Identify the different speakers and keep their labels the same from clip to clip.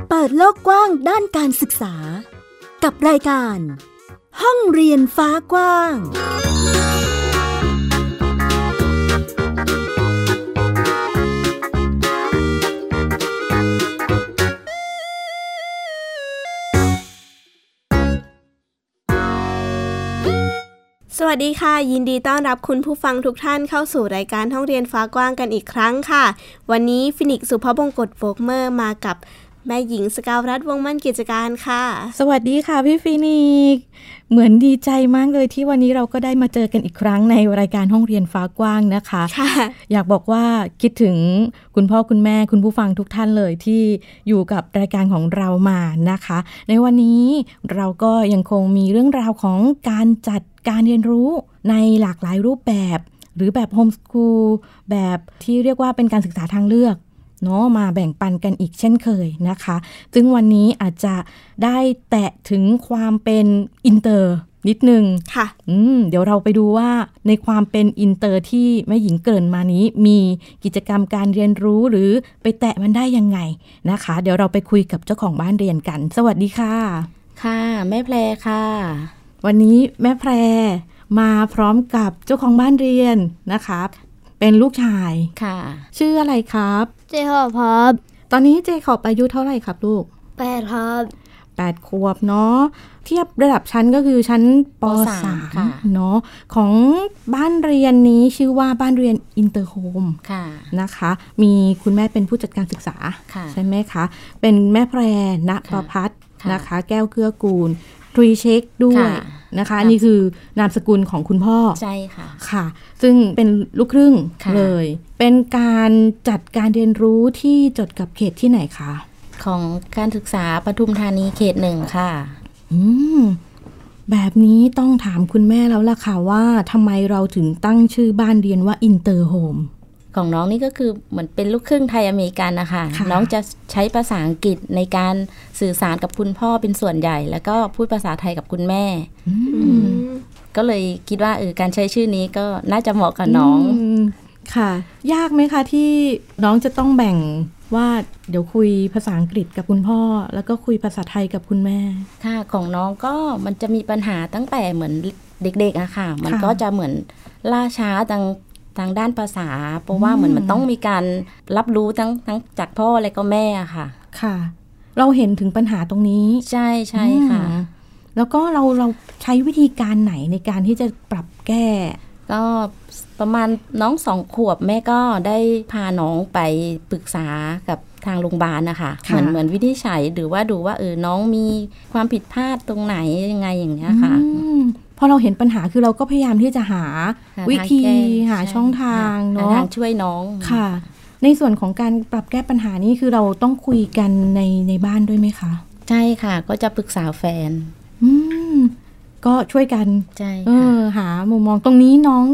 Speaker 1: กว้างด้านการศึกษา กับรายการ ห้องเรียนฟ้ากว้าง
Speaker 2: สวัสดีค่ะ ยินดีต้อนรับคุณผู้ฟังทุกท่านเข้าสู่รายการห้องเรียนฟ้ากว้างกันอีกครั้งค่ะ วันนี้ฟินิกซ์สุภบงกตโฟกเมอร์มากับแม่หญิงสกาวรัฐวงศ์มั่นกิจการค่ะ
Speaker 3: สวัสดีค่ะพี่ฟินิกเหมือนดีใจมากเลยที่วันนี้เราก็ได้มาเจอกันอีกครั้งในรายการห้องเรียนฟ้ากว้างนะคะ
Speaker 2: ค่ะ
Speaker 3: อยากบอกว่าคิดถึงคุณพ่อคุณแม่คุณผู้ฟังทุกท่านเลยที่อยู่กับรายการของเรามานะคะ ในวันนี้เราก็ยังคงมีเรื่องราวของการจัดการเรียนรู้ในหลากหลายรูปแบบ หรือแบบโฮมสคูลแบบที่เรียกว่าเป็นการศึกษาทางเลือกเนาะมาแบ่งปันกันอีกเช่นเคยนะคะ ซึ่งวันนี้อาจจะได้แตะถึงความเป็นอินเตอร์นิดนึง
Speaker 2: ค่ะ
Speaker 3: อืมเดี๋ยวเราไปดูว่าในความเป็นอินเตอร์ที่แม่หญิงเกริ่นมานี้ มีกิจกรรมการเรียนรู้หรือไปแตะมันได้ยังไงนะคะ เดี๋ยวเราไปคุยกับเจ้าของบ้านเรียนกัน สวัสดีค่ะ
Speaker 4: ค่ะแม่แพรค่ะ
Speaker 3: วันนี้แม่แพรมาพร้อมกับเจ้าของบ้านเรียนนะคะเป็นลูกชาย
Speaker 4: ค่ะ
Speaker 3: ชื่ออะไรครับ
Speaker 5: เจขอบครับ
Speaker 3: ตอนนี้เจขอบอายุเท่าไหร่ครับลูก
Speaker 5: แปดครับ
Speaker 3: 8 ขวบเนาะเทียบระดับชั้นก็คือชั้นป .3 เนาะของบ้านเรียนนี้ชื่อว่าบ้านเรียนอินเตอร์โฮม
Speaker 4: ค่ะ
Speaker 3: นะคะ มีคุณแม่เป็นผู้จัดการศึกษา
Speaker 4: ค่ะ
Speaker 3: ใช่ไหมคะ เป็นแม่แพรณประพัฒน์นะคะ แก้วเกื้อกูลทรีเช็คด้วย
Speaker 4: ค่ะ
Speaker 3: นะคะ
Speaker 4: ครับ
Speaker 3: อันนี่คือนามสกุลของคุณพ่อ
Speaker 4: ใช่ค่ะ
Speaker 3: ค่ะ ซึ่งเป็นลูกครึ่ง
Speaker 4: ค่ะ
Speaker 3: เลย เป็นการจัดการเรียนรู้ที่จดกับเขตที่ไหนคะ
Speaker 4: ของการศึกษาปทุมธานีเขตหนึ่งค่ะ
Speaker 3: อืม แบบนี้ต้องถามคุณแม่แล้วล่ะค่ะว่าทำไมเราถึงตั้งชื่อบ้านเรียนว่าอินเตอร์โฮม
Speaker 4: ของน้องนี่ก็คือเหมือนเป็นลูกครึ่งไทยอเมริกันนะคะ
Speaker 3: ค่ะ
Speaker 4: น้องจะใช้ภาษาอังกฤษในการสื่อสารกับคุณพ่อเป็นส่วนใหญ่ แล้วก็พูดภาษาไทยกับคุณแม่ ก็เลยคิดว่าเออการใช้ชื่อนี้ก็น่าจะเหมาะกับน้อง
Speaker 3: มค่ะ ยากไหมคะที่น้องจะต้องแบ่งว่าเดี๋ยวคุยภาษาอังกฤษกับคุณพ่อ แล้วก็คุยภาษาไทยกับคุณแม่
Speaker 4: ค่ะของน้องก็มันจะมีปัญหาตั้งแต่เหมือนเด็กๆอะค่ะ มันก็จะเหมือนล่าช้าทางทางด้านภาษา เพราะว่าเหมือนมันต้องมีการรับรู้ทั้งทั้งจากพ่อและก็แม่อะค่ะ
Speaker 3: ค่ะ เราเห็นถึงปัญหาตรงนี้
Speaker 4: ใช่ใช่ค่ะ
Speaker 3: อืมแล้วก็เราเราใช้วิธีการไหนในการที่จะปรับแก้
Speaker 4: ก็ประมาณน้องสองขวบแม่ก็ได้พาน้องไปปรึกษากับทางโรงพยาบาลนะคะ
Speaker 3: ค่ะ
Speaker 4: เหมือนเหมือนวินิจฉัยหรือว่าดูว่าเออน้องมีความผิดพลาดตรงไหนยังไงอย่างเงี้ยค่ะ
Speaker 3: อืมพอเราเห็นปัญหาคือเราก็พยายามที่จะหา
Speaker 4: หา
Speaker 3: วิธี
Speaker 4: ทางแก้
Speaker 3: หา
Speaker 4: ใช่
Speaker 3: ช่องทาง
Speaker 4: ห
Speaker 3: เนาะ
Speaker 4: ทางช่วยน้อง
Speaker 3: ค่ะ ในส่วนของการปรับแก้ปัญหานี้คือเราต้องคุยกันในในบ้านด้วยไหมคะ
Speaker 4: ใช่ค่ะ ก็จะปรึกษาแฟน
Speaker 3: อืมก็ช่วยกัน
Speaker 4: ใช่
Speaker 3: เอ
Speaker 4: ค่ะ
Speaker 3: อหามุมมองตรงนี้น้อง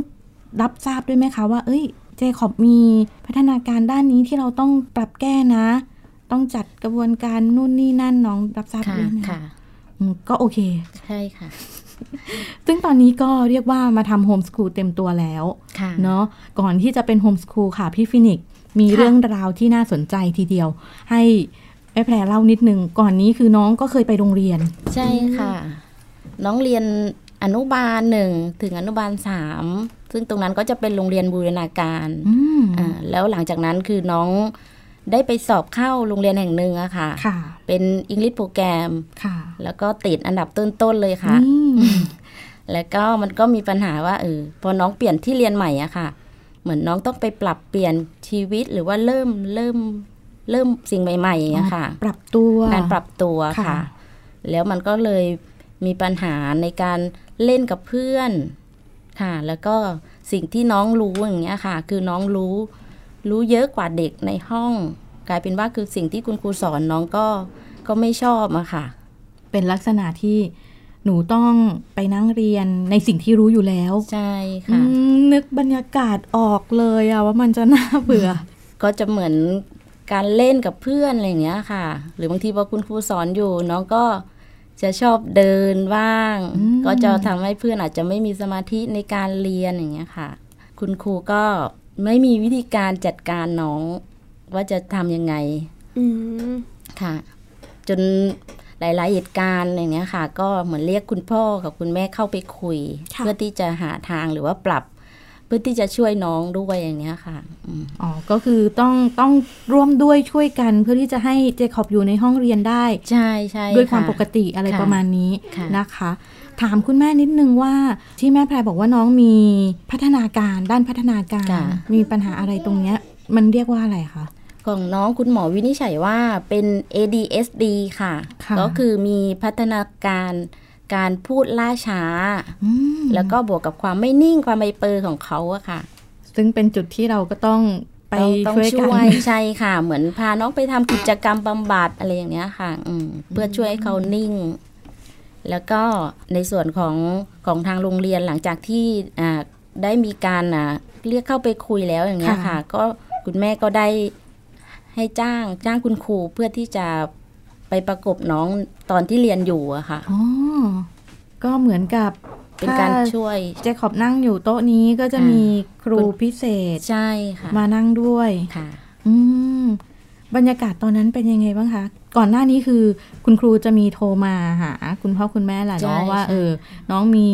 Speaker 3: รับทราบด้วยไหมคะว่า เอ้ย เจคอบมีพัฒนาการด้านนี้ที่เราต้องปรับแก้นะ ต้องจัดกระบวนการนู่นนี่นั่นน้องรับทราบ
Speaker 4: ค่ะ
Speaker 3: ด้วยไหม
Speaker 4: ค่ะ
Speaker 3: อืมก็โอเค
Speaker 4: ใช่ค่ะ
Speaker 3: ซึ่งตอนนี้ก็เรียกว่ามาทำโฮมสคูลเต็มตัวแล้ว
Speaker 4: ค่ะ
Speaker 3: เนาะก่อนที่จะเป็นโฮมสคูลค่ะ พี่ฟินิกซ์มี
Speaker 2: ค่ะ
Speaker 3: เรื่องราวที่น่าสนใจทีเดียว ให้แม่แพรเล่านิดนึงก่อนนี้คือน้องก็เคยไปโรงเรียน
Speaker 4: ใช่ค่ะ น้องเรียนอนุบาลหนึ่งถึงอนุบาลสามซึ่งตรงนั้นก็จะเป็นโรงเรียนบูรณาการ
Speaker 3: อืม
Speaker 4: อ่าแล้วหลังจากนั้นคือน้องได้ไปสอบเข้าโรงเรียนแห่งหนึ่งอะค่ะ
Speaker 3: ค่ะ
Speaker 4: เป็นอังกฤษโปรแกรม
Speaker 3: ค่ะ
Speaker 4: แล้วก็ติดอันดับต้น ๆ เลยค่ะ
Speaker 3: นี่
Speaker 4: แล้วก็มันก็มีปัญหาว่าเออพอน้องเปลี่ยนที่เรียนใหม่อะค่ะ เหมือนน้องต้องไปปรับเปลี่ยนชีวิตหรือว่าเริ่มเริ่มเริ่มสิ่งใหม่ๆอะค่ะ
Speaker 3: ปรับตัว
Speaker 4: การปรับตัวค่ะ แล้วมันก็เลยมีปัญหาในการเล่นกับเพื่อนค่ะ แล้วก็สิ่งที่น้องรู้อย่างเงี้ยค่ะ คือน้องรู้รู้เยอะกว่าเด็กในห้อง กลายเป็นว่าคือสิ่งที่คุณครูสอนน้องก็ก็ไม่ชอบอะค่ะ
Speaker 3: เป็นลักษณะที่หนูต้องไปนั่งเรียนในสิ่งที่รู้อยู่แล้ว
Speaker 4: ใช่
Speaker 3: อื
Speaker 4: ค่ะ
Speaker 3: มนึกบรรยากาศออกเลยอะว่ามันจะน่าเบื่อ
Speaker 4: ก็จะเหมือนการเล่นกับเพื่อนอะไรอย่างเงี้ยค่ะ หรือบางทีพอคุณครูสอนอยู่ น้องก็จะชอบเดินบ้าง
Speaker 3: อืม
Speaker 4: ก็จะทำให้เพื่อนอาจจะไม่มีสมาธิในการเรียนอย่างเงี้ยค่ะ คุณครูก็ไม่มีวิธีการจัดการน้องว่าจะทำยังไง
Speaker 2: อืม
Speaker 4: ค่ะ จนหลาย ๆ เหตุการณ์อย่างเงี้ยค่ะ ก็เหมือนเรียกคุณพ่อกับคุณแม่เข้าไปคุย
Speaker 2: ค่ะ
Speaker 4: เพื่อที่จะหาทางหรือว่าปรับ เพื่อที่จะช่วยน้องด้วยอย่างเงี้ยค่ะอืม
Speaker 3: อ๋อ ก็คือต้องต้องร่วมด้วยช่วยกันเพื่อที่จะให้เจคอบอยู่ในห้องเรียนได้
Speaker 4: ใช่ใช่
Speaker 3: ด้วยความ
Speaker 4: ะ
Speaker 3: ปกติอะไร
Speaker 4: ค่ะ
Speaker 3: ประมาณนี้
Speaker 4: ค่ะ
Speaker 3: นะคะ ถามคุณแม่นิดนึงว่าที่แม่แพรบอกว่าน้องมีพัฒนาการด้านพัฒนาการ มีปัญหาอะไรตรงเนี้ย มันเรียกว่าอะไรคะ
Speaker 4: ของน้องคุณหมอวินิจฉัยว่าเป็น ADSD ค่ะ
Speaker 3: ค่ะ
Speaker 4: ก็คือมีพัฒนาการการพูดล่าช้า
Speaker 3: อืม
Speaker 4: แล้วก็บวกกับความไม่นิ่งความไมเปอร์ของเขาอะค่ะ
Speaker 3: ซึ่งเป็นจุดที่เราก็ต้องไป
Speaker 4: ต้องต้อง
Speaker 3: ช่วย
Speaker 4: ช่
Speaker 3: กั
Speaker 4: วน ย ใช่ค่ะ เหมือนพาน้องไปทำกิจกรรมบำบัดอะไรอย่างเนี้ยค่ะอืมเพื่อช่วยให้เขานิ่ง แล้วก็ในส่วนของของทางโรงเรียนหลังจากที่อ่าได้มีการอ่าเรียกเข้าไปคุยแล้วอย่างเงี้ย
Speaker 3: ค่ะ
Speaker 4: ค่ะ ก็คุณแม่ก็ได้ให้จ้างจ้างคุณครูเพื่อที่จะไปประกบน้องตอนที่เรียนอยู่อะค่ะ
Speaker 3: อ๋อ ก็เหมือนกับ
Speaker 4: เป็นการ
Speaker 3: ถ้
Speaker 4: ช่วย
Speaker 3: เจคอบนั่งอยู่โต๊ะนี้ก็จะมีครูพิเศษ
Speaker 4: ใช่ค่ะ
Speaker 3: มานั่งด้วย
Speaker 4: ค่ะ
Speaker 3: อืมบรรยากาศตอนนั้นเป็นยังไงบ้างคะ ก่อนหน้านี้คือคุณครูจะมีโทรมาหา คุณพ่อคุณแม่แหละ
Speaker 4: ใช่
Speaker 3: เนาะว่า
Speaker 4: ใช่
Speaker 3: เออ น้องมี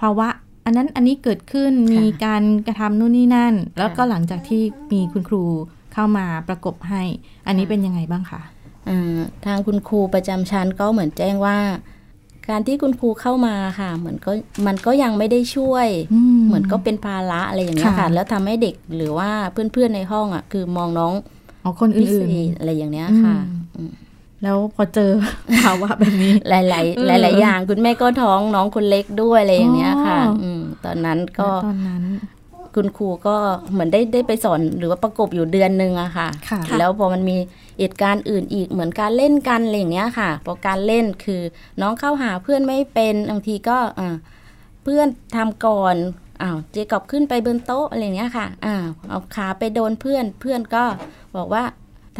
Speaker 3: ภาวะ อันนั้นอันนี้เกิดขึ้น
Speaker 4: ค่ะ
Speaker 3: มีการกระทำนู่นนี่นั่น แล้วก็
Speaker 4: ค่ะ
Speaker 3: หลังจากที่มีคุณครูเข้ามาประกบให้ อันนี้เป็นยังไงบ้างคะ
Speaker 4: อ่าทางคุณครูประจำชั้นก็เหมือนแจ้งว่า การที่คุณครูเข้ามาค่ะ เหมือนก็มันก็ยังไม่ได้ช่วย เหมือนก็เป็นภาระอะไรอย่างเงี้ยค่ะ แล้วทำให้เด็กหรือว่าเพื่อนๆในห้องอ่ะคือมองน้อง
Speaker 3: อ๋อคน
Speaker 4: พิเศ
Speaker 3: อื่น
Speaker 4: ษอะไรอย่างเนี้ยค่ะอืม
Speaker 3: ๆ แล้วพอเจอ ภาวะแบบนี้
Speaker 4: หลายๆหลาย ๆ อย่าง คุณแม่ก็ท้องน้องคนเล็กด้วยอะไรอย่างเนี้ยค่ะ
Speaker 3: อ๋ออื
Speaker 4: มตอนนั้นก็
Speaker 3: ณตอนนั้น
Speaker 4: คุณครูก็เหมือนได้ได้ไปสอนหรือว่าประกบอยู่เดือนหนึ่งอะค่ะ
Speaker 3: ค่ะ
Speaker 4: แล้วพอมันมีเหตุการณ์อื่นอีกเหมือนการเล่นกันอะไรอย่างเงี้ยค่ะพอการเล่นคือน้องเข้าหาเพื่อนไม่เป็นบางทีก็อ่าเพื่อนทำก่อนอ้าวเจกอบขึ้นไปบนโต๊ะอะไรอย่างเงี้ยค่ะอ่าวเอาขาไปโดนเพื่อนเพื่อนก็บอกว่า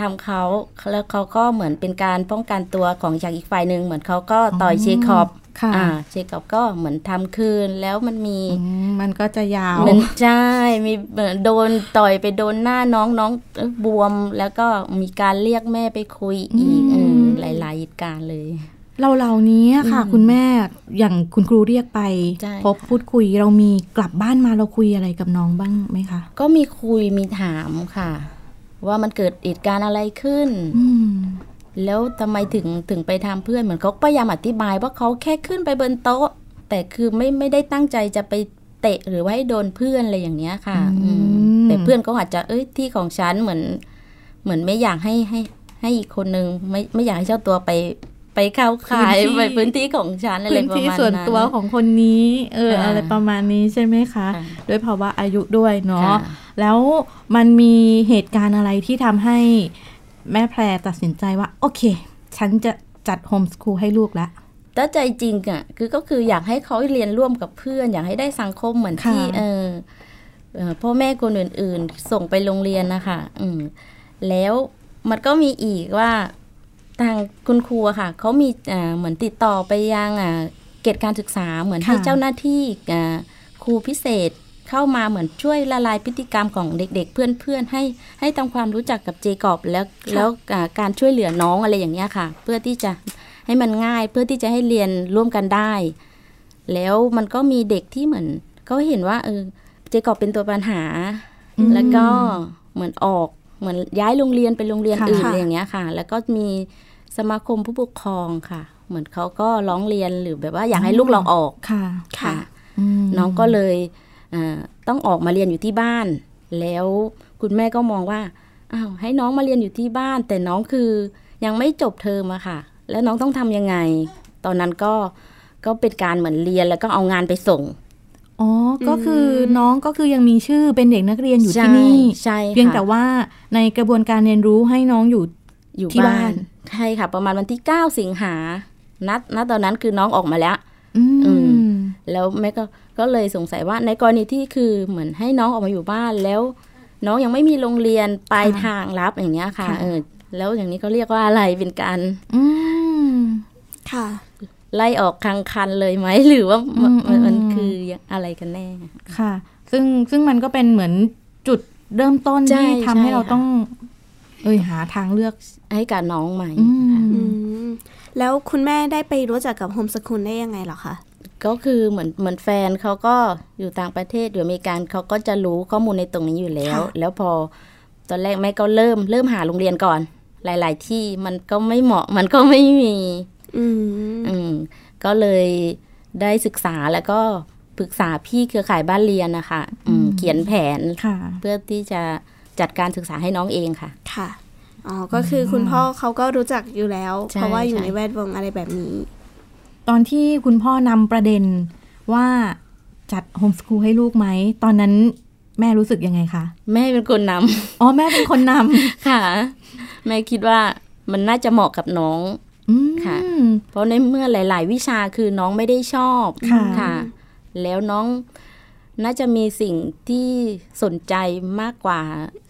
Speaker 4: ทำเขาแล้วเขาก็เหมือนเป็นการป้องกันตัวของจากอีกฝ่ายหนึ่งเหมือนเขาก็ต่อยเชคอบ
Speaker 3: ค่ะ
Speaker 4: อ่าเชคอบก็เหมือนทำคืนแล้วมันมี
Speaker 3: อืมมันก็จะยาว
Speaker 4: เหมือนใช่มีเหมือนโดนต่อยไปโดนหน้าน้องน้องเอ้ยบวม แล้วก็มีการเรียกแม่ไปคุยอีก
Speaker 3: อืม
Speaker 4: อืมหลายๆเหตุการณ์เลย
Speaker 3: เราเหล่านี้ค่ะ
Speaker 4: อืม
Speaker 3: คุณแม่อย่างคุณครูเรียกไป
Speaker 4: ใช่
Speaker 3: พบ
Speaker 4: ค่ะ
Speaker 3: พูดคุยเรามีกลับบ้านมาเราคุยอะไรกับน้องบ้างไหมคะ
Speaker 4: ก็มีคุยมีถามค่ะ ว่ามันเกิดเหตุการณ์อะไรขึ้น
Speaker 3: อืม
Speaker 4: แล้วทำไมถึงถึงไปทำเพื่อนเหมือนเขาพยายามอธิบายว่าเขาแค่ขึ้นไปบนโต๊ะ แต่คือไม่ไม่ได้ตั้งใจจะไปเตะหรือว่าให้โดนเพื่อนอะไรอย่างเนี้ยค่ะอืมแต่เพื่อนก็อาจจะเอ้ยที่ของฉันเหมือน เหมือนไม่อยากให้ให้ให้อีกคนนึงไม่ไม่อยากให้เจ้าตัวไปไปเข้าขายไปพื้นที่ของฉันอะไร
Speaker 3: พื้น
Speaker 4: ประ
Speaker 3: ที่
Speaker 4: มาณนั้น
Speaker 3: ส่วนตัวของคนนี้เออ
Speaker 4: ค่ะ
Speaker 3: อะไรประมาณนี้ใช่ไหมคะ
Speaker 4: ค่ะ
Speaker 3: ด้วยภาวะอายุด้วยเนาะ
Speaker 4: ค่ะ
Speaker 3: แล้วมันมีเหตุการณ์อะไรที่ทำให้แม่แพรตัดสินใจว่า โอเค ฉันจะจัดโฮมสคูลให้ลูกละ
Speaker 4: ถ้าใจจริงอ่ะคือก็คืออยากให้เขาเรียนร่วมกับเพื่อน อยากให้ได้สังคมเหมือนที่
Speaker 3: ค่ะ
Speaker 4: เออเอ่อพ่อแม่คนอื่นๆ ส่งไปโรงเรียนนะคะอืมแล้วมันก็มีอีกว่าทางคุณครูอะค่ะเขามีเอ่อเหมือนติดต่อไปยังอ่ะเกตการศึกษาเหมือน
Speaker 3: ค่ะ
Speaker 4: ให้เจ้าหน้าที่อ่ะครูพิเศษเข้ามาเหมือนช่วยละลายพฤติกรรมของเด็ก ๆ เพื่อนๆให้ให้ทำความรู้จักกับเจกอบแล้วแล้วอ่ะการช่วยเหลือน้องอะไรอย่างเงี้ยค่ะ เพื่อที่จะ ให้มันง่ายเพื่อที่จะให้เรียนร่วมกันได้ แล้วมันก็มีเด็กที่เหมือนเขาเห็นว่าเออเจกอบเป็นตัวปัญหา
Speaker 3: อืม
Speaker 4: แล้วก็เหมือนออกเหมือนย้ายโรงเรียนไปโรงเรียน
Speaker 3: ค่ะ
Speaker 4: อื่นอะไรอย่างเงี้ยค่ะ แล้วก็มีสมาคมผู้ปกครองค่ะ เหมือนเขาก็ร้องเรียนหรือแบบว่าอยากให้ลูกเราออก
Speaker 3: ค่ะ
Speaker 4: ค่ะ
Speaker 3: อืม
Speaker 4: น้องก็เลยเอ่อต้องออกมาเรียนอยู่ที่บ้าน แล้วคุณแม่ก็มองว่าอ้าวให้น้องมาเรียนอยู่ที่บ้าน แต่น้องคือยังไม่จบเทอมอะค่ะ แล้วน้องต้องทำยังไง ตอนนั้นก็ก็เป็นการเหมือนเรียนแล้วก็เอางานไปส่ง
Speaker 3: อ๋อ ก็คืออน้องก็คือยังมีชื่อเป็นเด็กนักเรียนอยู่ที่นี่
Speaker 4: ใช่ค่ะ
Speaker 3: เพียงแต่ว่าในกระบวนการเรียนรู้ให้น้องอยู่
Speaker 4: อยู่
Speaker 3: ที่
Speaker 4: บ้า
Speaker 3: บ้าน น
Speaker 4: ใช่ค่ะ ประมาณวันที่ 9 สิงหานัดณตอนนั้นคือน้องออกมาแล้ว
Speaker 3: อืม
Speaker 4: อื แล้วแม่ก็ก็เลยสงสัยว่าในกรณีที่คือเหมือนให้น้องออกมาอยู่บ้านแล้ว น้องยังไม่มีโรงเรียนปลายทางรับอย่างเงี้ยค่ะ
Speaker 3: ค่ะ
Speaker 4: เออแล้วอย่างนี้ก็เรียกว่าอะไรเป็นการ
Speaker 3: อืม
Speaker 2: ค่ะ
Speaker 4: ไล่ออกคังคันเลยไหมหรือว่ามัน
Speaker 3: อืม
Speaker 4: มันคืออะไรกันแน่
Speaker 3: ค่ะ ซึ่งซึ่งมันก็เป็นเหมือนจุดเริ่มต้น
Speaker 4: ใช่
Speaker 3: ที่ทำให้
Speaker 4: ใช่
Speaker 3: เรา
Speaker 4: ค่ะ
Speaker 3: ต้อง เอยหาทางเลือก
Speaker 4: ให้กับน้องใหม่
Speaker 3: อืม
Speaker 2: อืม แล้วคุณแม่ได้ไปรู้จักกับโฮมสกุลได้ยังไงเหรอคะ
Speaker 4: ก็คือเหมือนเหมือนแฟนเขาก็อยู่ต่างประเทศอยู่อเมริกันเขาก็จะรู้ข้อมูลในตรงนี้อยู่แล้ว
Speaker 2: ค่ะ
Speaker 4: แล้วพอตอนแรกแม่ก็เริ่มเริ่มหาโรงเรียนก่อน หลาย ๆ ที่มันก็ไม่เหมาะมันก็ไม่มี
Speaker 2: อืม
Speaker 4: อืมก็เลยได้ศึกษาแล้วก็ปรึกษาพี่เครือข่ายบ้านเรียนนะคะอืมเขียนแผน
Speaker 3: ค่ะ
Speaker 4: เพื่อที่จะจัดการศึกษาให้น้องเองค่ะ
Speaker 2: ค่ะ อ๋อ ก็คือคุณพ่อเขาก็รู้จักอยู่แล้ว
Speaker 4: ใช่
Speaker 2: เพราะว่าอยู่
Speaker 4: ใช่
Speaker 2: ในแวดวงอะไรแบบนี้
Speaker 3: ตอนที่คุณพ่อนำประเด็นว่าจัดโฮมสคูลให้ลูกไหม ตอนนั้นแม่รู้สึกยังไงคะ
Speaker 4: แม่เป็นคนน
Speaker 3: อ๋อ แม่เป็นคนน
Speaker 4: ำ ค่ะ แม่คิดว่ามันน่าจะเหมาะกับน้อง
Speaker 3: ำอืม
Speaker 4: ค่ะ เพราะในเมื่อหลาย ๆ วิชาคือน้องไม่ได้ชอบ
Speaker 3: ค่ะ
Speaker 4: แล้วน้องน่าจะมีสิ่งที่สนใจมากกว่า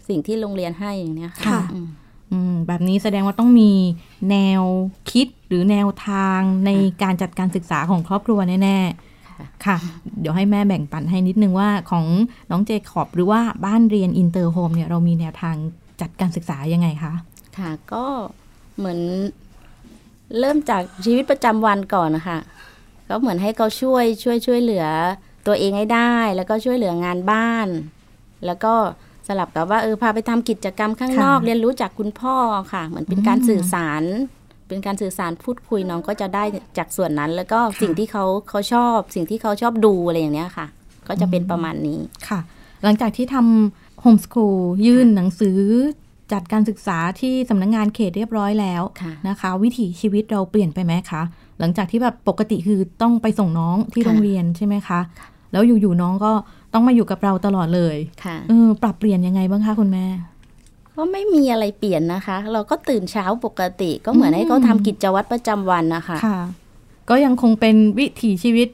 Speaker 4: สิ่งที่โรงเรียนให้อย่างเนี้ย
Speaker 2: ค่ะ
Speaker 4: ค่ะอืม
Speaker 3: อืมแบบนี้แสดงว่าต้องมีแนวคิดหรือแนวทางในการจัดการศึกษาของครอบครัวแน่
Speaker 4: ค่ะ
Speaker 3: ๆ ค่ะ เดี๋ยวให้แม่แบ่งปันให้นิดนึงว่าของน้องเจคอบหรือว่าบ้านเรียนอินเตอร์โฮมเนี่ยเรามีแนวทางจัดการศึกษายังไงคะ
Speaker 4: ค่ะก็เหมือนเริ่มจากชีวิตประจำวันก่อนนะคะก็เหมือนให้เขาช่วยช่วยช่วยเหลือตัวเองให้ได้ แล้วก็ช่วยเหลืองานบ้าน แล้วก็สลับกับว่าเออพาไปทำกิจกรรมข้างนอก
Speaker 3: ค่ะ
Speaker 4: เรียนรู้จากคุณพ่อค่ะ เหมือนเป็นการสื่อสาร เป็นการสื่อสารพูดคุยน้องก็จะได้จากส่วนนั้น แล้วก็
Speaker 3: ค่ะ
Speaker 4: สิ่งที่เขาเขาชอบ สิ่งที่เขาชอบดูอะไรอย่างเนี้ยค่ะ ก็จะเป็นประมาณนี้
Speaker 3: ค่ะ หลังจากที่ทำโฮมสคูลยื่นหนังสือจัดการศึกษาที่สำนักงานเขตเรียบร้อยแล้ว
Speaker 4: ค่ะ
Speaker 3: นะคะ วิถีชีวิตเราเปลี่ยนไปไหมคะ หลังจากที่แบบปกติคือต้องไปส่งน้องที่
Speaker 4: ค่ะ
Speaker 3: โรงเรียนใช่ไหมคะ แล้วอยู่ๆน้องก็ต้องมาอยู่กับเราตลอดเลย
Speaker 4: ค่ะ
Speaker 3: เออปรับเปลี่ยนยังไงบ้างคะคุณแม่
Speaker 4: ก็ไม่มีอะไรเปลี่ยนนะคะ เราก็ตื่นเช้าปกติก็เหมือนให้เขาทำกิจวัตรประจำวันนะคะ
Speaker 3: ค่ะ ก็ยังคงเป็นวิถีชีวิต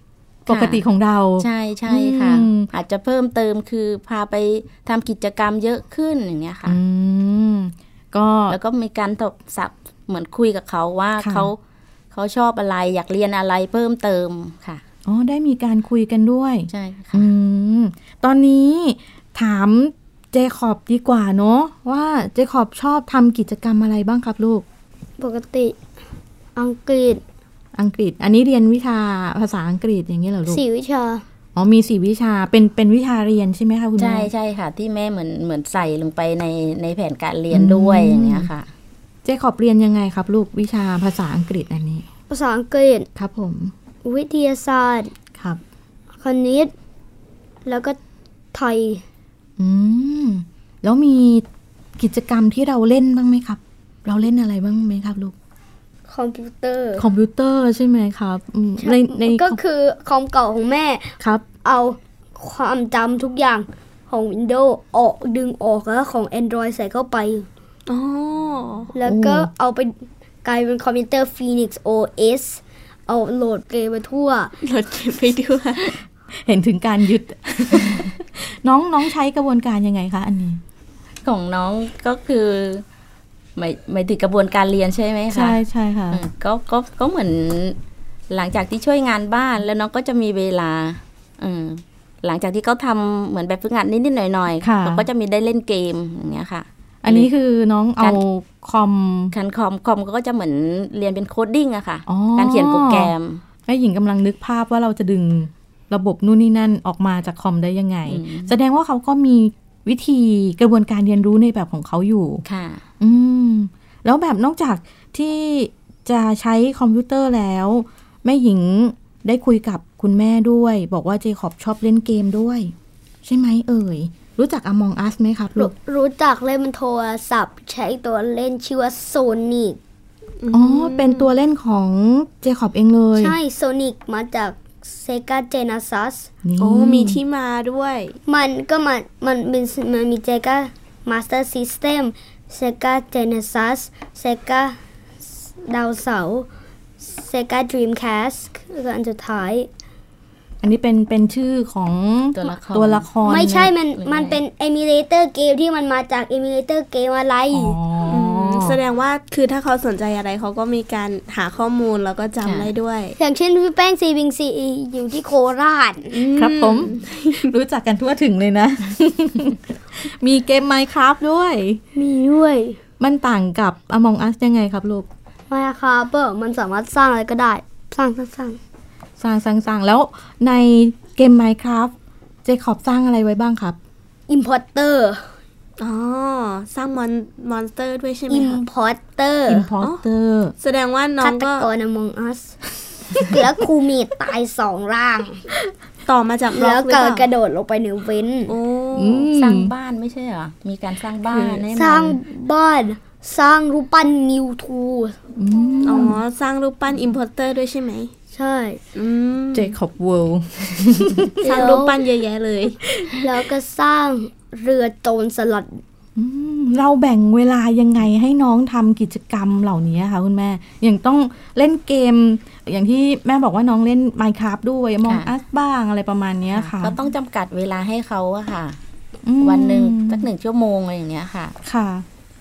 Speaker 3: ปกติของเรา
Speaker 4: ใช่ใช่ค่ะ
Speaker 3: อืม
Speaker 4: อาจจะเพิ่มเติมคือพาไปทำกิจกรรมเยอะขึ้นอย่างเงี้ยค่ะ
Speaker 3: อืมก็
Speaker 4: แล้วก็มีการตบสับเหมือนคุยกับเขาว่า
Speaker 3: ค่ะ
Speaker 4: เขาเขาชอบอะไรอยากเรียนอะไรเพิ่มเติมค่ะ
Speaker 3: อ๋อได้มีการคุยกันด้วย
Speaker 4: ใช่ค่ะ
Speaker 3: อืม ตอนนี้ถามเจคอบดีกว่าเนาะว่าเจคอบชอบทำกิจกรรมอะไรบ้างครับลูก
Speaker 5: ปกติ อังกฤษ
Speaker 3: อังกฤษ อันนี้เรียนวิชาภาษาอังกฤษอย่างนี้ยเหรอลูก
Speaker 5: สี่วิชา
Speaker 3: อ๋อมีสี่วิชาเป็นเป็นวิชาเรียนใช่ไหมคะคุณแม่
Speaker 4: ใช่ใช่ค่ะ ที่แม่เหมือนเหมือนใส่ลงไปในในแผนการเรียนด้วยอย่างเงี้ยค่ะ
Speaker 3: เจคอบเรียนยังไงครับ ลูกวิชาภาษาอังกฤษอันนี้
Speaker 5: ภาษาอังกฤษ
Speaker 3: ครับผม
Speaker 5: วิทยาศาสตร์
Speaker 3: ครับ
Speaker 5: คณิต แล้วก็ไทย
Speaker 3: อืมแล้วมีกิจกรรมที่เราเล่นบ้างไหมครับ เราเล่นอะไรบ้างไหมครับลูก
Speaker 5: คอมพิวเตอร์
Speaker 3: คอมพิวเตอร์ใช่ไหมครับอืมในใน
Speaker 5: ก็คือคอมเก่าของแม่
Speaker 3: ครับ
Speaker 5: เอาความจำทุกอย่างของ Windows ออกดึงออกแล้วของ Android ใส่เข้าไป
Speaker 2: อ๋อ
Speaker 5: แล้วก็เอาไปกลายเป็นคอมพิวเตอร์ Phoenix OS เอาโหลดเกมไปทั่ว
Speaker 2: หลดเก็บไปด้วย
Speaker 3: เห็นถึงการยึด น้องน้องใช้กระบวนการยังไงคะอันนี้
Speaker 4: ของน้องก็คือหมายหมายถึงกระบวนการเรียนใช่ไหมคะ
Speaker 3: ใช่ใช่ค่ะ
Speaker 4: อืมก็ก็ก็เหมือนหลังจากที่ช่วยงานบ้านแล้วน้องก็จะมีเวลาอืมหลังจากที่เขาทำเหมือนแบบฝึกงานนิดๆหน่อย
Speaker 3: ค่ะ
Speaker 4: เขาก็จะมีได้เล่นเกมอย่างเงี้ยค่ะ
Speaker 3: อันนี้คือน้องเอาคอม
Speaker 4: คันคอมคอมก็จะเหมือนเรียนเป็นโคดดิ้งอะค่ะ
Speaker 3: อ๋อ
Speaker 4: การเขียนโปรแกรม
Speaker 3: แม่หญิงกำลังนึกภาพว่าเราจะดึงระบบนู่นนี่นั่นออกมาจากคอมได้ยังไง
Speaker 4: อืม
Speaker 3: แสดงว่าเขาก็มีวิธีกระบวนการเรียนรู้ในแบบของเขาอยู่
Speaker 4: ค่ะ
Speaker 3: อืม แล้วแบบนอกจากที่จะใช้คอมพิวเตอร์แล้ว แม่หญิงได้คุยกับคุณแม่ด้วย บอกว่าเจคอบชอบเล่นเกมด้วย ใช่ไหมเอ่ย รู้จัก Among Us ไหมครับลู
Speaker 5: รู้
Speaker 3: ก
Speaker 5: รู้จักเล่นบนโทรศัพท์ ใช้ตัวเล่นชื่อว่าโซนิก
Speaker 3: อ๋อ เป็นตัวเล่นของเจคอบเองเลย
Speaker 5: ใช่โซนิกมาจากเซกาเจน s ซัส
Speaker 3: นี่
Speaker 2: โอ้ มีที่มาด้วย
Speaker 5: มันก็มามันเป็นมันมีเซกามาสเตอร์ซิสเต็มเซกาเจน s ซัสเซกาดาวเสาร์เซกาดรีมแคสคืออันสุดท้าย
Speaker 3: อันนี้เป็นเป็นชื่อของ
Speaker 4: ตัวละคร
Speaker 3: ตัวละคร
Speaker 5: ไม่ใช่
Speaker 3: น
Speaker 5: มันมันเป็นเอมิเลเตอร์เกมที่มันมาจากเอมิเลเตอร์เกมอะไร
Speaker 3: อ๋ออ
Speaker 2: แสดงว่าคือถ้าเขาสนใจอะไรเขาก็มีการหาข้อมูลแล้วก็จำ
Speaker 4: ค่ะ
Speaker 2: ได้ด้วย
Speaker 5: อย่างเช่นพี่แป้งซีบิงซีอยู่ที่โคราช
Speaker 3: ครับผม รู้จักกันทั่วถึงเลยนะ มีเกม Minecraft ด้วย
Speaker 5: มีด้วย
Speaker 3: มันต่างกับ Among Us ยังไงครับลูก
Speaker 5: ไม่ครับเปอร์มันสามารถสร้างอะไรก็ได้ สร้างสร้างสร้าง
Speaker 3: สร้างสร้างสร้างแล้วในเกม Minecraft เจคอบสร้างอะไรไว้บ้างครับ
Speaker 5: อิมพอร์เตอร์
Speaker 2: อ๋อ สร้างมอนมอนสเตอร์ด้วยใช่ไหม
Speaker 5: อิม
Speaker 2: คะ
Speaker 5: พอร์เตอร์
Speaker 3: Importer
Speaker 2: แสดงว่าน้อ
Speaker 5: ฆาง ต
Speaker 2: ก็
Speaker 5: กร among us แล้วครูเมีตายสองร่าง
Speaker 2: ต่อมาจากบล็อ
Speaker 5: แล้ว
Speaker 2: กหรือเป
Speaker 5: เกิด
Speaker 2: ล่าก
Speaker 5: ระโดดลงไปในเว้น
Speaker 2: โอ้
Speaker 4: สร้างบ้านไม่ใช่เหรอ มีการสร้างบ้านให้มัน
Speaker 5: สร้างบ้าน สร้างรูปปั้นนิวทู
Speaker 2: อ๋อ สร้างรูปปั้นอิมพอร์เตอร์ด้วยใช่ไหม
Speaker 5: ใช่
Speaker 2: อืม
Speaker 3: เจคอบเวิลด์
Speaker 2: สร้างรูปปั้นเยอะแยะเลย
Speaker 5: แล้วก็สร้างเรือโจรสลัด
Speaker 3: เราแบ่งเวลายังไงให้น้องทำกิจกรรมเหล่านี้คะคุณแม่ อย่างต้องเล่นเกม อย่างที่แม่บอกว่าน้องเล่น Minecraft ด้วยมองอัสบ้างอะไรประมาณเนี้ยค่ะ
Speaker 4: ก็ต้องจำกัดเวลาให้เขาอะค่ะ
Speaker 3: อืม
Speaker 4: วันหนึ่งสักหนึ่งชั่วโมงอะไรอย่างเงี้ยค่ะ
Speaker 3: ค่ะ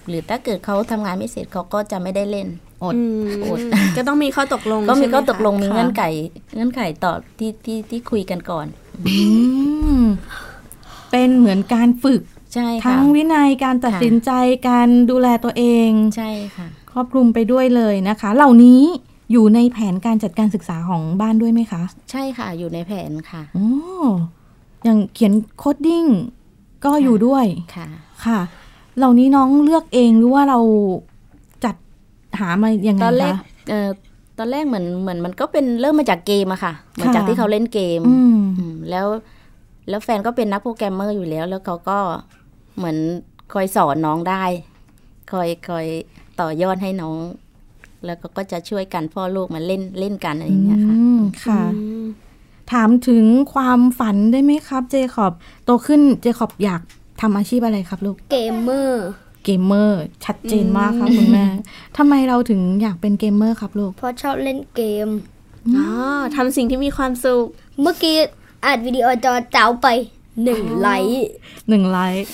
Speaker 4: หรือถ้าเกิดเขาทำงานไม่เสร็จเขาก็จะไม่ได้เล่น อด
Speaker 2: อืม
Speaker 4: อด
Speaker 2: ก็ต้องมีข้อตกลง
Speaker 4: ก็มี
Speaker 2: ใช่ไห
Speaker 4: ข้อตกลง
Speaker 2: คะ
Speaker 4: มีเงื่อนไขเงื่อนไขต่อที่ที่ที่คุยกันก่อน
Speaker 3: อืม เป็นเหมือนการฝึก
Speaker 4: ใช่ค่ะ
Speaker 3: ทั้งวินัยการตัด
Speaker 4: ค่ะ
Speaker 3: สินใจการดูแลตัวเอง
Speaker 4: ใช่ค่ะ
Speaker 3: ครอบคลุมไปด้วยเลยนะคะ เหล่านี้อยู่ในแผนการจัดการศึกษาของบ้านด้วยไหมคะ
Speaker 4: ใช่ค่ะอยู่ในแผนค่ะ
Speaker 3: อ๋ออย่างเขียนโคดดิ้งก็อยู่ด้วย
Speaker 4: ค่ะ
Speaker 3: ค่ะ เหล่านี้น้องเลือกเองหรือว่าเราจัดหามายังไง
Speaker 4: ตอนแรก
Speaker 3: คะ
Speaker 4: เอ่อตอนแรกเหมือนเหมือนมันก็เป็นเริ่มมาจากเกมอะค่ะเหมือนจากที่เขาเล่นเกม
Speaker 3: อืม
Speaker 4: อืมแล้ว แล้วแฟนก็เป็นนักโปรแกรมเมอร์อยู่แล้ว แล้วเขาก็เหมือนคอยสอนน้องได้ คอยคอยต่อยอดให้น้อง แล้วก็ก็จะช่วยกันพ่อลูกมาเล่นเล่นกันอะไรอย่างเงี้ยค่ะ
Speaker 3: อืมค่ะ
Speaker 2: อืม
Speaker 3: ถามถึงความฝันได้ไหมครับ เจคอบโตขึ้นเจคอบอยากทำอาชีพอะไรครับลูก
Speaker 5: เกมเมอร์
Speaker 3: เกมเมอร์ ชัดเจนมากครับคุณแม่ทำไมเราถึงอยากเป็นเกมเมอร์ครับลูก
Speaker 5: เพราะชอบเล่นเกม
Speaker 2: อ๋อทำสิ่งที่มีความสุข
Speaker 5: เมื่อกี้อัดวิดีโอจอเจ้าไปหนึ่งไลค์
Speaker 3: หนึ่งไลค์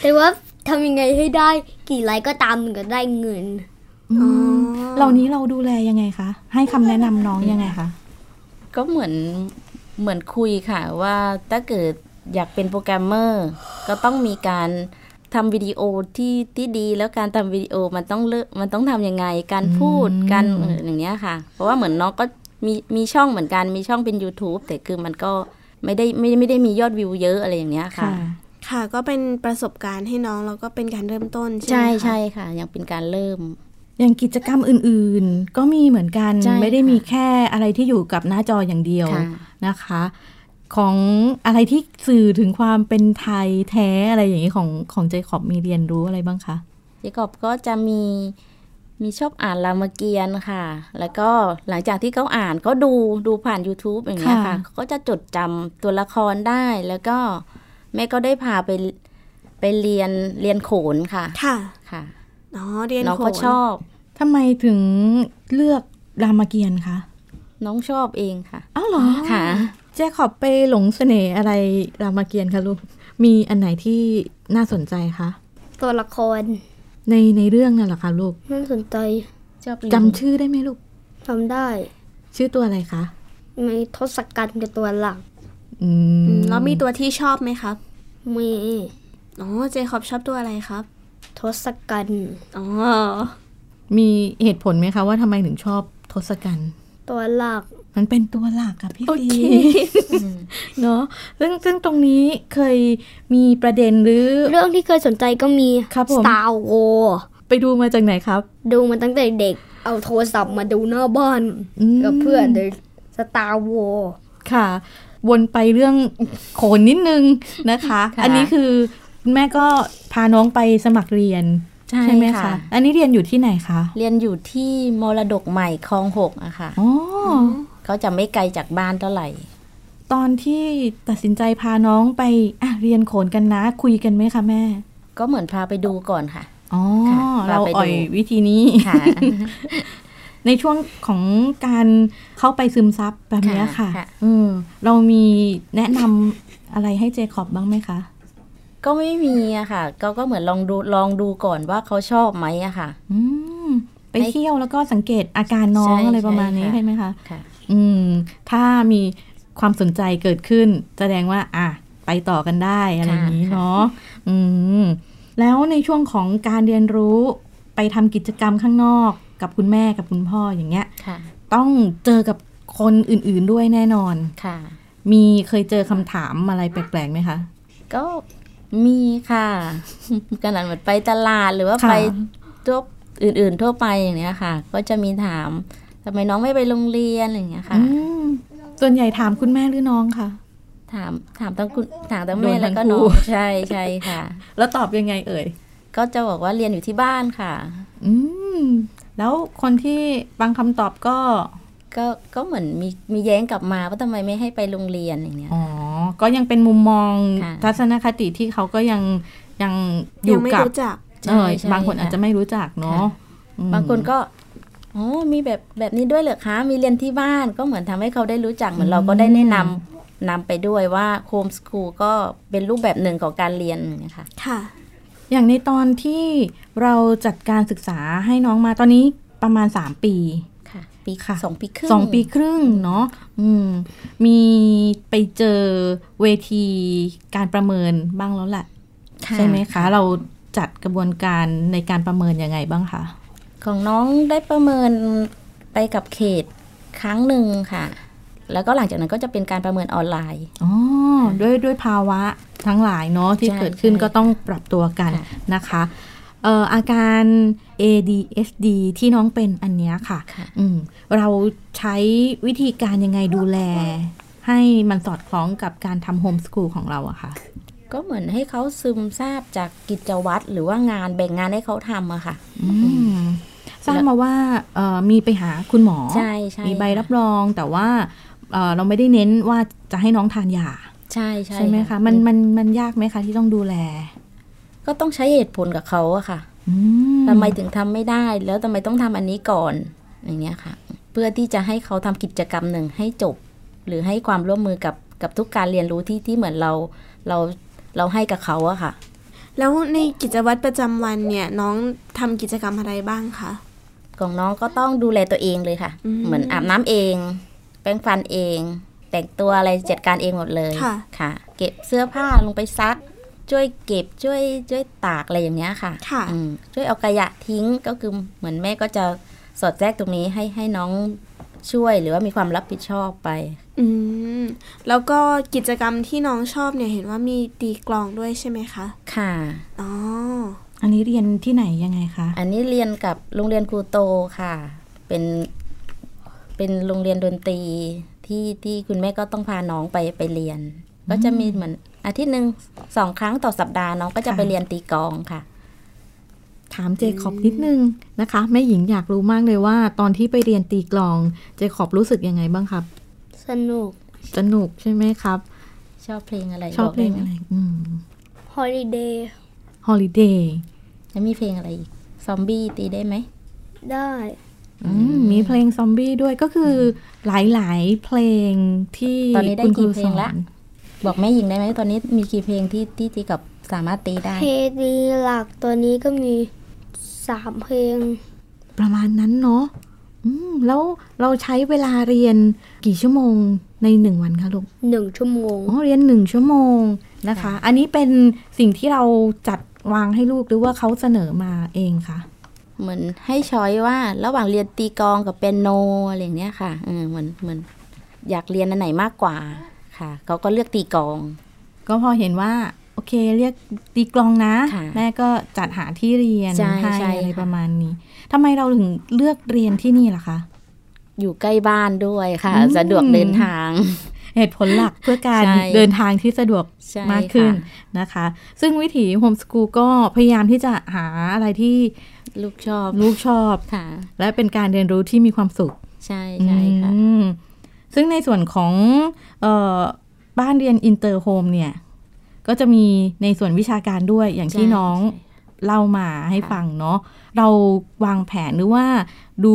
Speaker 5: แต่ว่าทำยังไงให้ได้กี่ไลค์ก็ตามมันก็ได้เงิน
Speaker 3: เหล่านี้เราดูแลยังไงคะ ให้คำแนะนำน้องยังไงคะ
Speaker 4: ก็เหมือนเหมือนคุยค่ะว่าถ้าเกิดอยากเป็นโปรแกรมเมอร์ ก็ต้องมีการทำวิดีโอที่ที่ดี แล้วการทำวิดีโอมันต้องเลือกมันต้องทำยังไงการพูด
Speaker 3: อืม
Speaker 4: การเอ่ออย่างเงี้ยค่ะ เพราะว่าเหมือนน้องก็มีมีช่องเหมือนกันมีช่องเป็น YouTube แต่คือมันก็ไม่ได้ไม่ไม่ได้มียอดวิวเยอะอะไรอย่างเงี้ยค่ะ
Speaker 2: ค่ะ ก็เป็นประสบการณ์ให้น้องแล้วก็เป็นการเริ่มต้นใช่
Speaker 4: ใช่
Speaker 2: ไหมคะ
Speaker 4: ใช่ค่ะ ยังเป็นการเริ่ม
Speaker 3: อย่างกิจกรรมอื่นๆ ก็มีเหมือนกัน
Speaker 4: ใช่
Speaker 3: ไม่ได้มีแค่อะไรที่อยู่กับหน้าจออย่างเดียว
Speaker 4: ค่ะ
Speaker 3: นะคะ ของอะไรที่สื่อถึงความเป็นไทยแท้อะไรอย่างนี้ของของเจคอบมีเรียนรู้อะไรบ้างคะ
Speaker 4: เจคอบก็จะมีมีชอบอ่านรามเกียรติ์ค่ะ แล้วก็หลังจากที่เขาอ่านเขาดูดูผ่าน YouTube อย่างเงี้ยค่ะ
Speaker 3: ค่ะ
Speaker 4: เขาก็จะจดจำตัวละครได้ แล้วก็แม่ก็ได้พาไปไปเรียนเรียนโขนค่ะ
Speaker 2: ค่ะ
Speaker 4: ค่ะ
Speaker 2: อ๋อเรียน
Speaker 4: น้อง
Speaker 2: โข
Speaker 4: ก็
Speaker 2: น
Speaker 4: ชอบ
Speaker 3: ทำไมถึงเลือกรามเกียรติ์คะ
Speaker 4: น้องชอบเองค่ะ
Speaker 3: อ้าวเหรอ
Speaker 4: ค่ะ
Speaker 3: เจคอบไปหลงเสน่ห์อะไรรามเกียรติ์คะลูก มีอันไหนที่น่าสนใจคะ
Speaker 5: ตัวละคร
Speaker 3: ในในเรื่องน่ะเหรอคะลูก
Speaker 5: น่าสนใจ
Speaker 4: ชอบลิง
Speaker 3: จำชื่อได้ไหมลูก
Speaker 5: ทำได้
Speaker 3: ชื่อตัวอะไรคะ
Speaker 5: มีทศกัณฐ์กับตัวหลัก
Speaker 3: อืม
Speaker 2: อืมแล้วมีตัวที่ชอบไหมครับ
Speaker 5: มี
Speaker 2: อ๋อ เจคอบชอบตัวอะไรครับ
Speaker 5: ทศกัณฐ์
Speaker 2: อ๋อ
Speaker 3: มีเหตุผลไหมคะว่าทำไมถึงชอบทศกัณฐ์
Speaker 5: ตัวหลัก
Speaker 3: มันเป็นตัวหลักอะพี่
Speaker 2: โอ
Speaker 3: ฟี
Speaker 2: เค
Speaker 3: เนาะซึ่งซึ่งตรงนี้เคยมีประเด็นหรือ
Speaker 5: เรื่องที่เคยสนใจก็มี
Speaker 3: ครับผม
Speaker 5: Star War
Speaker 3: ไปดูมาจากไหนครับ
Speaker 5: ดูมาตั้งแต่เด็ก เอาโทรศัพท์มาดูหน้าบ้าน
Speaker 3: อืม
Speaker 5: กับเพื่อนเลย Star War
Speaker 3: ค่ะ วนไปเรื่องโขนนิดนึง นะคะ
Speaker 4: ค่ะ
Speaker 3: อันนี้คือคุณแม่ก็พาน้องไปสมัครเรียน
Speaker 4: ใช่
Speaker 3: ไหม
Speaker 4: ค่ะ
Speaker 3: คะ อันนี้เรียนอยู่ที่ไหนคะ
Speaker 4: เรียนอยู่ที่มรดกใหม่คลองหกอะค่ะ
Speaker 3: อ๋ออ
Speaker 4: ก็จะไม่ไกลจากบ้านเท่าไหร่
Speaker 3: ตอนที่ตัดสินใจพาน้องไปอ่ะเรียนโขนกันนะ คุยกันไหมคะแม่
Speaker 4: ก็เหมือนพาไปดูก่อนค่ะ
Speaker 3: อ๋อ
Speaker 4: ค่ะ
Speaker 3: เรา
Speaker 4: เราไป
Speaker 3: อ่อย
Speaker 4: ดู
Speaker 3: วิธีนี้
Speaker 4: ค่ะ
Speaker 3: ในช่วงของการเข้าไปซึมซับแบบเนี้ย
Speaker 4: ค่ะ
Speaker 3: ค่ะ
Speaker 4: ค่ะ
Speaker 3: เออเรามีแนะนำอะไรให้เจคอบบ้างไหมคะ
Speaker 4: ก็ไม่มีอะค่ะ ก็ก็เหมือนลองดูลองดูก่อนว่าเขาชอบไหมอะค่ะ
Speaker 3: อืม ไปเที่ยวแล้วก็สังเกตอาการน้อง
Speaker 4: ใช่
Speaker 3: อะไรประมาณนี้
Speaker 4: ใช่ค่ะ
Speaker 3: ใช่ไหมคะ
Speaker 4: ค่ะ
Speaker 3: อืม ถ้ามีความสนใจเกิดขึ้น แสดงว่า อ่ะ ไปต่อกันได้อะไรอย่างนี้เนาะอืม แล้วในช่วงของการเรียนรู้ไปทำกิจกรรมข้างนอก กับคุณแม่กับคุณพ่ออย่างเงี้ย
Speaker 4: ค่ะ
Speaker 3: ต้องเจอกับคนอื่นๆด้วยแน่นอน
Speaker 4: ค่ะ
Speaker 3: มีเคยเจอคำถามอะไรแปลกๆไหมคะ
Speaker 4: ก็มีค่ะ ขนาดเหมือนไปตลาดหรือว่า
Speaker 3: ค่ะ
Speaker 4: ไปทั่วอื่น ๆ ทั่วไปอย่างเนี้ยค่ะ ก็จะมีถามทำไมน้องไม่ไปโรงเรียนอะไรอย่างเงี้ยค่ะ
Speaker 3: อืมส่วนใหญ่ถามคุณแม่หรือน้องคะ
Speaker 4: ถามถามทั้งคุณถามทั้ง
Speaker 3: โด
Speaker 4: แม่
Speaker 3: นทั้
Speaker 4: แล้ว
Speaker 3: ง
Speaker 4: ก็
Speaker 3: คู่
Speaker 4: น้อง ใช่ใช่ค่ะ
Speaker 3: แล้วตอบยังไงเอ่ย
Speaker 4: ก็จะบอกว่าเรียนอยู่ที่บ้านค่ะ
Speaker 3: อืม แล้วคนที่บางคำตอบก็
Speaker 4: ก็ก็เหมือนมีมีแย้งกลับมาว่าทำไมไม่ให้ไปโรงเรียนอย่างเนี้ย
Speaker 3: อ๋อ ก็ยังเป็นมุมมอง
Speaker 4: ค่ะ
Speaker 3: ทัศนคติที่เขาก็ยังยัง
Speaker 2: ยัง
Speaker 3: อยู่
Speaker 2: ไม่
Speaker 3: กับ
Speaker 2: รู้จัก
Speaker 3: เออ
Speaker 4: ใช่
Speaker 3: บางคนอาจจะไม่รู้จักเนาะ
Speaker 4: ค่ะ
Speaker 3: อืม
Speaker 4: บางคนก็อ๋อมีแบบแบบนี้ด้วยเหรอคะ มีเรียนที่บ้านก็เหมือนทำให้เขาได้รู้จักเหมือนเราก็ได้แนะนำนำไปด้วยว่าโฮมสคูลก็เป็นรูปแบบหนึ่งของการเรียนอย่างเงี้ยค่ะ
Speaker 2: ค่ะ
Speaker 3: อย่างในตอนที่เราจัดการศึกษาให้น้องมาตอนนี้ประมาณ 3 ปี
Speaker 4: ค่ะปี
Speaker 3: ค่ะ
Speaker 4: สองปีครึ่ง
Speaker 3: สองปีครึ่งเนาะอืม มีไปเจอเวทีการประเมินบ้างแล้วแหละ
Speaker 4: ค่ะ
Speaker 3: ใช่ไหมคะ เราจัดกระบวนการในการประเมินยังไงบ้างคะ
Speaker 4: ของน้องได้ประเมินไปกับเขตครั้งหนึ่งค่ะ แล้วก็หลังจากนั้นก็จะเป็นการประเมินออนไลน์
Speaker 3: อ๋อด้วยด้วยภาวะทั้งหลายเนาะที่
Speaker 4: ใช่
Speaker 3: เกิดขึ้น
Speaker 4: ใช่
Speaker 3: ก็ต้องปรับตัวกัน
Speaker 4: ค่ะ
Speaker 3: นะคะเอ่ออาการ ADHD ที่น้องเป็นอันเนี้ยค่ะ
Speaker 4: ค่ะ
Speaker 3: อืมเราใช้วิธีการยังไงดูแล ให้มันสอดคล้องกับการทำโฮมส o ูลของเราอะค่ะ
Speaker 4: ก็เหมือนให้เขาซึมทราบจากกิจวัตรหรือว่างานแบ่งงานให้เขาทำอะค่ะ
Speaker 3: อืมทราบมาว่าเอ่อมีไปหาคุณหมอ
Speaker 4: ใช่ใช่
Speaker 3: มีใบ
Speaker 4: ค่ะ
Speaker 3: รับรองแต่ว่าเอ่อเราไม่ได้เน้นว่าจะให้น้องทานยา
Speaker 4: ใช่ใช่
Speaker 3: ใช่ไหมคะมันมันมันยากไหมคะที่ต้องดูแล
Speaker 4: ก็ต้องใช้เหตุผลกับเขาอะค่ะ
Speaker 3: อื
Speaker 4: ทำไมถึงทำไม่ได้ แล้วทำไมต้องทำอันนี้ก่อนอย่างเงี้ยค่ะ เพื่อที่จะให้เขาทำกิจกรรมหนึ่งให้จบ หรือให้ความร่วมมือกับกับทุกการเรียนรู้ที่ที่เหมือนเราเราเราให้กับเขาอะค่ะ
Speaker 2: แล้วในกิจวัตรประจำวันเนี่ยน้องทำกิจกรรมอะไรบ้างคะ
Speaker 4: ของน้องก็ต้องดูแลตัวเองเลยค่ะ
Speaker 2: อืม
Speaker 4: เหมือนอาบน้ำเอง แปรงฟันเอง แต่งตัวอะไรจัดการเองหมดเลย
Speaker 2: ค่ะ
Speaker 4: เก็บเสื้อผ้าลงไปซัก ช่วยเก็บช่วยช่วยตากอะไรอย่างเงี้ยค่ะ
Speaker 2: ค่ะ
Speaker 4: อืมช่วยเอาขยะทิ้งก็คือเหมือนแม่ก็จะสอดแทรกตรงนี้ให้ให้น้องช่วยหรือว่ามีความรับผิดชอบไป
Speaker 2: อืม แล้วก็กิจกรรมที่น้องชอบเนี่ยเห็นว่ามีตีกลองด้วยใช่ไหมคะ
Speaker 4: ค่ะ
Speaker 2: อ๋อ
Speaker 3: อันนี้เรียนที่ไหนยังไงคะ
Speaker 4: อันนี้เรียนกับโรงเรียนครูโตค่ะ เป็นเป็นโรงเรียนดนตรีที่ที่คุณแม่ก็ต้องพาน้องไปไปเรียน ก็จะมีเหมือนอาทิตย์หนึ่งสองครั้งต่อสัปดาห์น้องก็จะ
Speaker 3: ค่ะ
Speaker 4: ไปเรียนตีกลองค่ะ
Speaker 3: ถามเจคอบนิดนึงนะคะแม่หญิงอยากรู้มากเลยว่า ตอนที่ไปเรียนตีกลองเจคอบรู้สึกยังไงบ้างครับ
Speaker 5: สนุก
Speaker 3: สนุกใช่ไหมครับ
Speaker 4: ชอบเพลงอะไร
Speaker 3: ชอบเพลง
Speaker 4: กด้หม
Speaker 3: อะไร
Speaker 5: holiday
Speaker 3: ฮอลิเดย์
Speaker 4: แล้วมีเพลงอะไรอีกซอมบี้ตีได้ไหม
Speaker 5: ได้
Speaker 3: มีเพลงซอมบี้ด้วยก็คือหลายๆ เพลงที่
Speaker 4: ตอนนี้ได้
Speaker 3: คุณครู
Speaker 4: กี่เพล
Speaker 3: ส
Speaker 4: ง
Speaker 3: อ
Speaker 4: ละ
Speaker 3: น
Speaker 4: บอกแม่หญิงได้ไหมตอนนี้มีกี่เพลงที่ที่ตีกับสามารถตีได้
Speaker 5: เพลงนี้หลักตัวนี้ก็มีสามเพลง
Speaker 3: ประมาณนั้นเนาะอืมแล้วเราใช้เวลาเรียนกี่ชั่วโมงในหนึ่งวันคะลูก
Speaker 5: หนึ่งชั่วโมง
Speaker 3: อ๋อเรียนหนึ่งชั่วโมงนะคะ อันนี้เป็นสิ่งที่เราจัดวางให้ลูกหรือว่าเขาเสนอมาเองคะ
Speaker 4: เหมือนให้ช้อยว่าระหว่างเรียนตีกลองกับเปียโนอะไรอย่างเนี้ยค่ะเออเหมือนเหมือนอยากเรียนอันไหนมากกว่าค่ะ เขาก็เลือกตีกลอง
Speaker 3: ก็พอเห็นว่า โอเคเรียกตีกลองนะ
Speaker 4: ค่ะ
Speaker 3: แม่ก็จัดหาที่เรียน
Speaker 4: ใช่
Speaker 3: ให้
Speaker 4: ใช่
Speaker 3: อะไร
Speaker 4: ค่ะ
Speaker 3: ประมาณนี้ทำไมเราถึงเลือกเรียนที่นี่ล่ะคะ
Speaker 4: อยู่ใกล้บ้านด้วยค่ะ
Speaker 3: อืม
Speaker 4: สะดวกเดินทาง
Speaker 3: เหตุผลหลัก เพื่อการ
Speaker 4: ใช่
Speaker 3: เดินทางที่สะดวก
Speaker 4: ใช่
Speaker 3: มากขึ้น
Speaker 4: ค่ะ
Speaker 3: นะคะ ซึ่งวิถีโฮมสกูลก็พยายามที่จะหาอะไรที่
Speaker 4: ลูกชอบ
Speaker 3: ลูกชอบ
Speaker 4: ค่ะ
Speaker 3: และเป็นการเรียนรู้ที่มีความสุข
Speaker 4: ใช่ใช่ค่ะ
Speaker 3: อืมซึ่งในส่วนของเออบ้านเรียนอินเตอร์โฮมเนี่ย ก็จะมีในส่วนวิชาการด้วยอย่างที่
Speaker 4: ใช่
Speaker 3: น้องเล่ามาให้
Speaker 4: ค่ะ
Speaker 3: ฟังเนาะเราวางแผนหรือว่าดู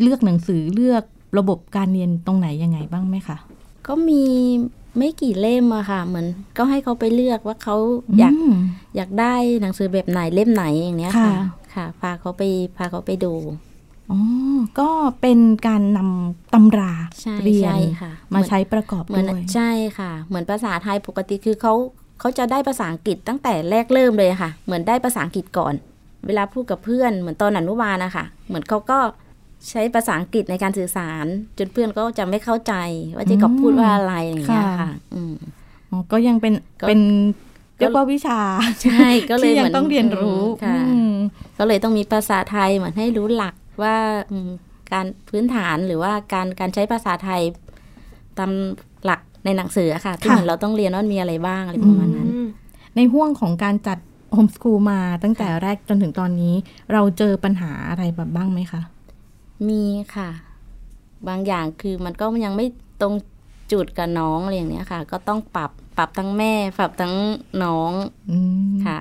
Speaker 3: เลือกหนังสือเลือกระบบการเรียนตรงไหนยังไงบ้างไหมคะ
Speaker 4: ก็มีไม่กี่เล่มอะค่ะ เหมือนก็ให้เขาไปเลือกว่าเขาอยาก
Speaker 3: ม
Speaker 4: อยากได้หนังสือแบบไหนเล่มไหนอย่างเนี้ยค่ะ
Speaker 3: ค่ะ
Speaker 4: ค่ะ พาเขาไปพาเขาไปดู
Speaker 3: อ๋อ ก็เป็นการนำตำรา
Speaker 4: ใช่
Speaker 3: เรียน
Speaker 4: ใช่ค่ะ
Speaker 3: มา
Speaker 4: เหอน
Speaker 3: ใช้ประกอบ
Speaker 4: เหมื
Speaker 3: ด้
Speaker 4: อน
Speaker 3: วย
Speaker 4: ใช่ค่ะ เหมือนภาษาไทยปกติคือเขาเขาจะได้ภาษาอังกฤษตั้งแต่แรกเริ่มเลยค่ะ เหมือนได้ภาษาอังกฤษก่อน เวลาพูดกับเพื่อนเหมือนตอนอนุบาลนะคะเหมือนเขาก็ใช้ภาษาอังกฤษในการสื่อสาร จนเพื่อนก็จะไม่เข้าใจว่าเจ๊กอบพูดว่าอะไรอย่างเงี้ย
Speaker 3: ค่ะ
Speaker 4: ค่ะ อืม
Speaker 3: อ๋อก็ยังเป็น
Speaker 4: ก็
Speaker 3: เป็น
Speaker 4: ก็
Speaker 3: เรียกว่าวิชา
Speaker 4: ใช่ก็เลย
Speaker 3: ที่
Speaker 4: เห
Speaker 3: ยั
Speaker 4: มือน
Speaker 3: ต้องเรียนรู้
Speaker 4: ค่ะ
Speaker 3: อืม
Speaker 4: ก็เลยต้องมีภาษาไทยเหมือนให้รู้หลักว่าอืมการพื้นฐานหรือว่าการการใช้ภาษาไทยตามหลักในหนังสืออะค่ะที่
Speaker 3: ค่ะ
Speaker 4: เหมือนเราต้องเรียนว่ามันมีอะไรบ้างอะไรประมาณนั้น
Speaker 2: อืม
Speaker 3: ในห่วงของการจัดโฮมส o ูลมาตั้งแต่แรกจนถึงตอนนี้ เราเจอปัญหาอะไรแบบบ้างไหมคะ
Speaker 4: มีค่ะ บางอย่างคือมันก็ยังไม่ตรงจุดกับน้องอะไรอย่างเนี้ยค่ะ ก็ต้องปรับปรับทั้งแม่ ปรับทั้งน้อง
Speaker 3: อืม
Speaker 4: ค่ะ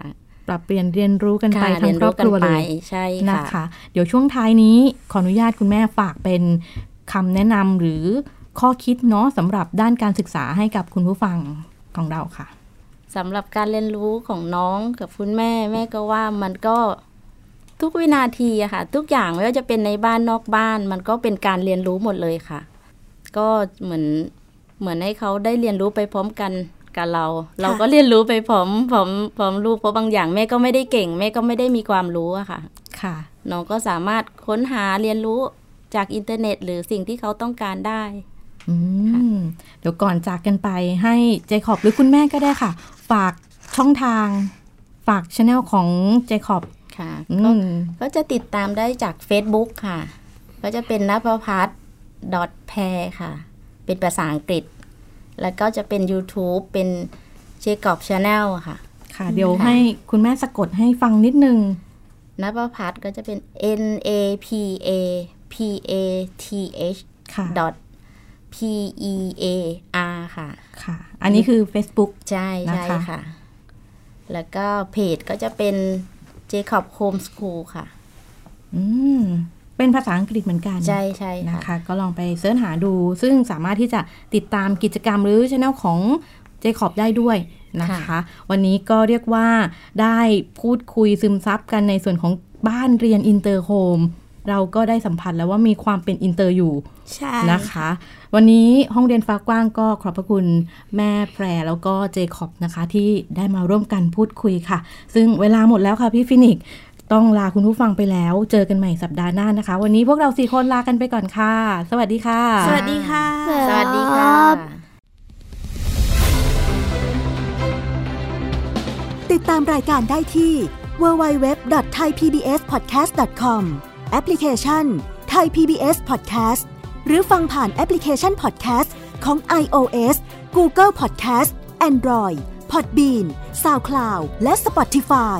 Speaker 3: ปรับเปลี่ยนเรียนรู้กันไป
Speaker 4: ค่ะ
Speaker 3: ทั้งครอบครัวเลย
Speaker 4: ใช่
Speaker 3: นะ
Speaker 4: ค่ะ
Speaker 3: คะ เดี๋ยวช่วงท้ายนี้ขออนุญาตคุณแม่ฝากเป็นคำแนะนำหรือข้อคิดเนาะสำหรับด้านการศึกษาให้กับคุณผู้ฟังของเราค่ะ
Speaker 4: สำหรับการเรียนรู้ของน้องกับคุณแม่แม่ก็ว่ามันก็ทุกวินาทีอะค่ะ ทุกอย่างไม่ว่าจะเป็นในบ้านนอกบ้าน มันก็เป็นการเรียนรู้หมดเลยค่ะ ก็เหมือนเหมือนให้เขาได้เรียนรู้ไปพร้อมกันกับเรา เราก็เรียนรู้ไปพร้อมพร้อมพร้อมลูกเพราะบางอย่างแม่ก็ไม่ได้เก่ง แม่ก็ไม่ได้มีความรู้อะค่ะ
Speaker 3: ค่ะ
Speaker 4: น้องก็สามารถค้นหาเรียนรู้จากอินเทอร์เน็ต หรือสิ่งที่เขาต้องการได้
Speaker 3: อืม เดี๋ยวก่อนจากกันไปให้เจคอบหรือคุณแม่ก็ได้ค่ะ ฝากช่องทาง ฝากช anel ของเจคอบ
Speaker 4: ค่ะ
Speaker 3: อื
Speaker 4: ก็
Speaker 3: ม
Speaker 4: ก็จะติดตามได้จาก Facebook ค่ะ ก็จะเป็นนภพัฒน์ .pair ค่ะ เป็นภาษาอังกฤษ แล้วก็จะเป็น YouTube เป็นเชกอบชาแนลค่ะ
Speaker 3: ค่ะ เดี๋ยวให้คุณแม่สะกดให้ฟังนิดนึง
Speaker 4: นภพัฒน์ก็จะเป็น n a p a p a t h
Speaker 3: ค่ะ
Speaker 4: dot p e a r ค่ะ
Speaker 3: ค่ะ อันนี้คือ Facebook
Speaker 4: ใช่
Speaker 3: นะ
Speaker 4: ใช่
Speaker 3: คะ
Speaker 4: ค่ะ แล้วก็เพจก็จะเป็น Jacob Home School ค่ะ
Speaker 3: อืม เป็นภาษาอังกฤษเหมือนกัน
Speaker 4: ใช่ใช่
Speaker 3: นะ
Speaker 4: ค่ะ
Speaker 3: คะก็ลองไปเสิร์ชหาดู ซึ่งสามารถที่จะติดตามกิจกรรมหรือช anel ของเจคอบได้ด้วยนะคะ
Speaker 4: ค่ะ
Speaker 3: วันนี้ก็เรียกว่าได้พูดคุยซึมซับกันในส่วนของบ้านเรียนอินเตอร์โฮมเราก็ได้สัมผัสแล้วว่ามีความเป็นอินเตอร์อยู่
Speaker 2: ใช่
Speaker 3: นะคะ วันนี้ห้องเรียนฟ้ากว้างก็ขอบพระคุณแม่แพรแล้วก็เจคอบนะคะ ที่ได้มาร่วมกันพูดคุยค่ะ ซึ่งเวลาหมดแล้วค่ะพี่ฟินิกซ์ต้องลาคุณผู้ฟังไปแล้ว เจอกันใหม่สัปดาห์หน้านะคะ วันนี้พวกเราสี่คนลากันไปก่อนค่ะ สวัสดีค่ะ
Speaker 2: สวัสดีค่ะ
Speaker 4: สวัสดีค่ะ
Speaker 1: ติดตามรายการได้ที่ www.thaipbspodcast.com แอปพลิเคชัน Thai PBS Podcast หรือฟังผ่านแอปพลิเคชัน Podcast ของ iOS Google Podcast Android Podbean SoundCloud และ Spotify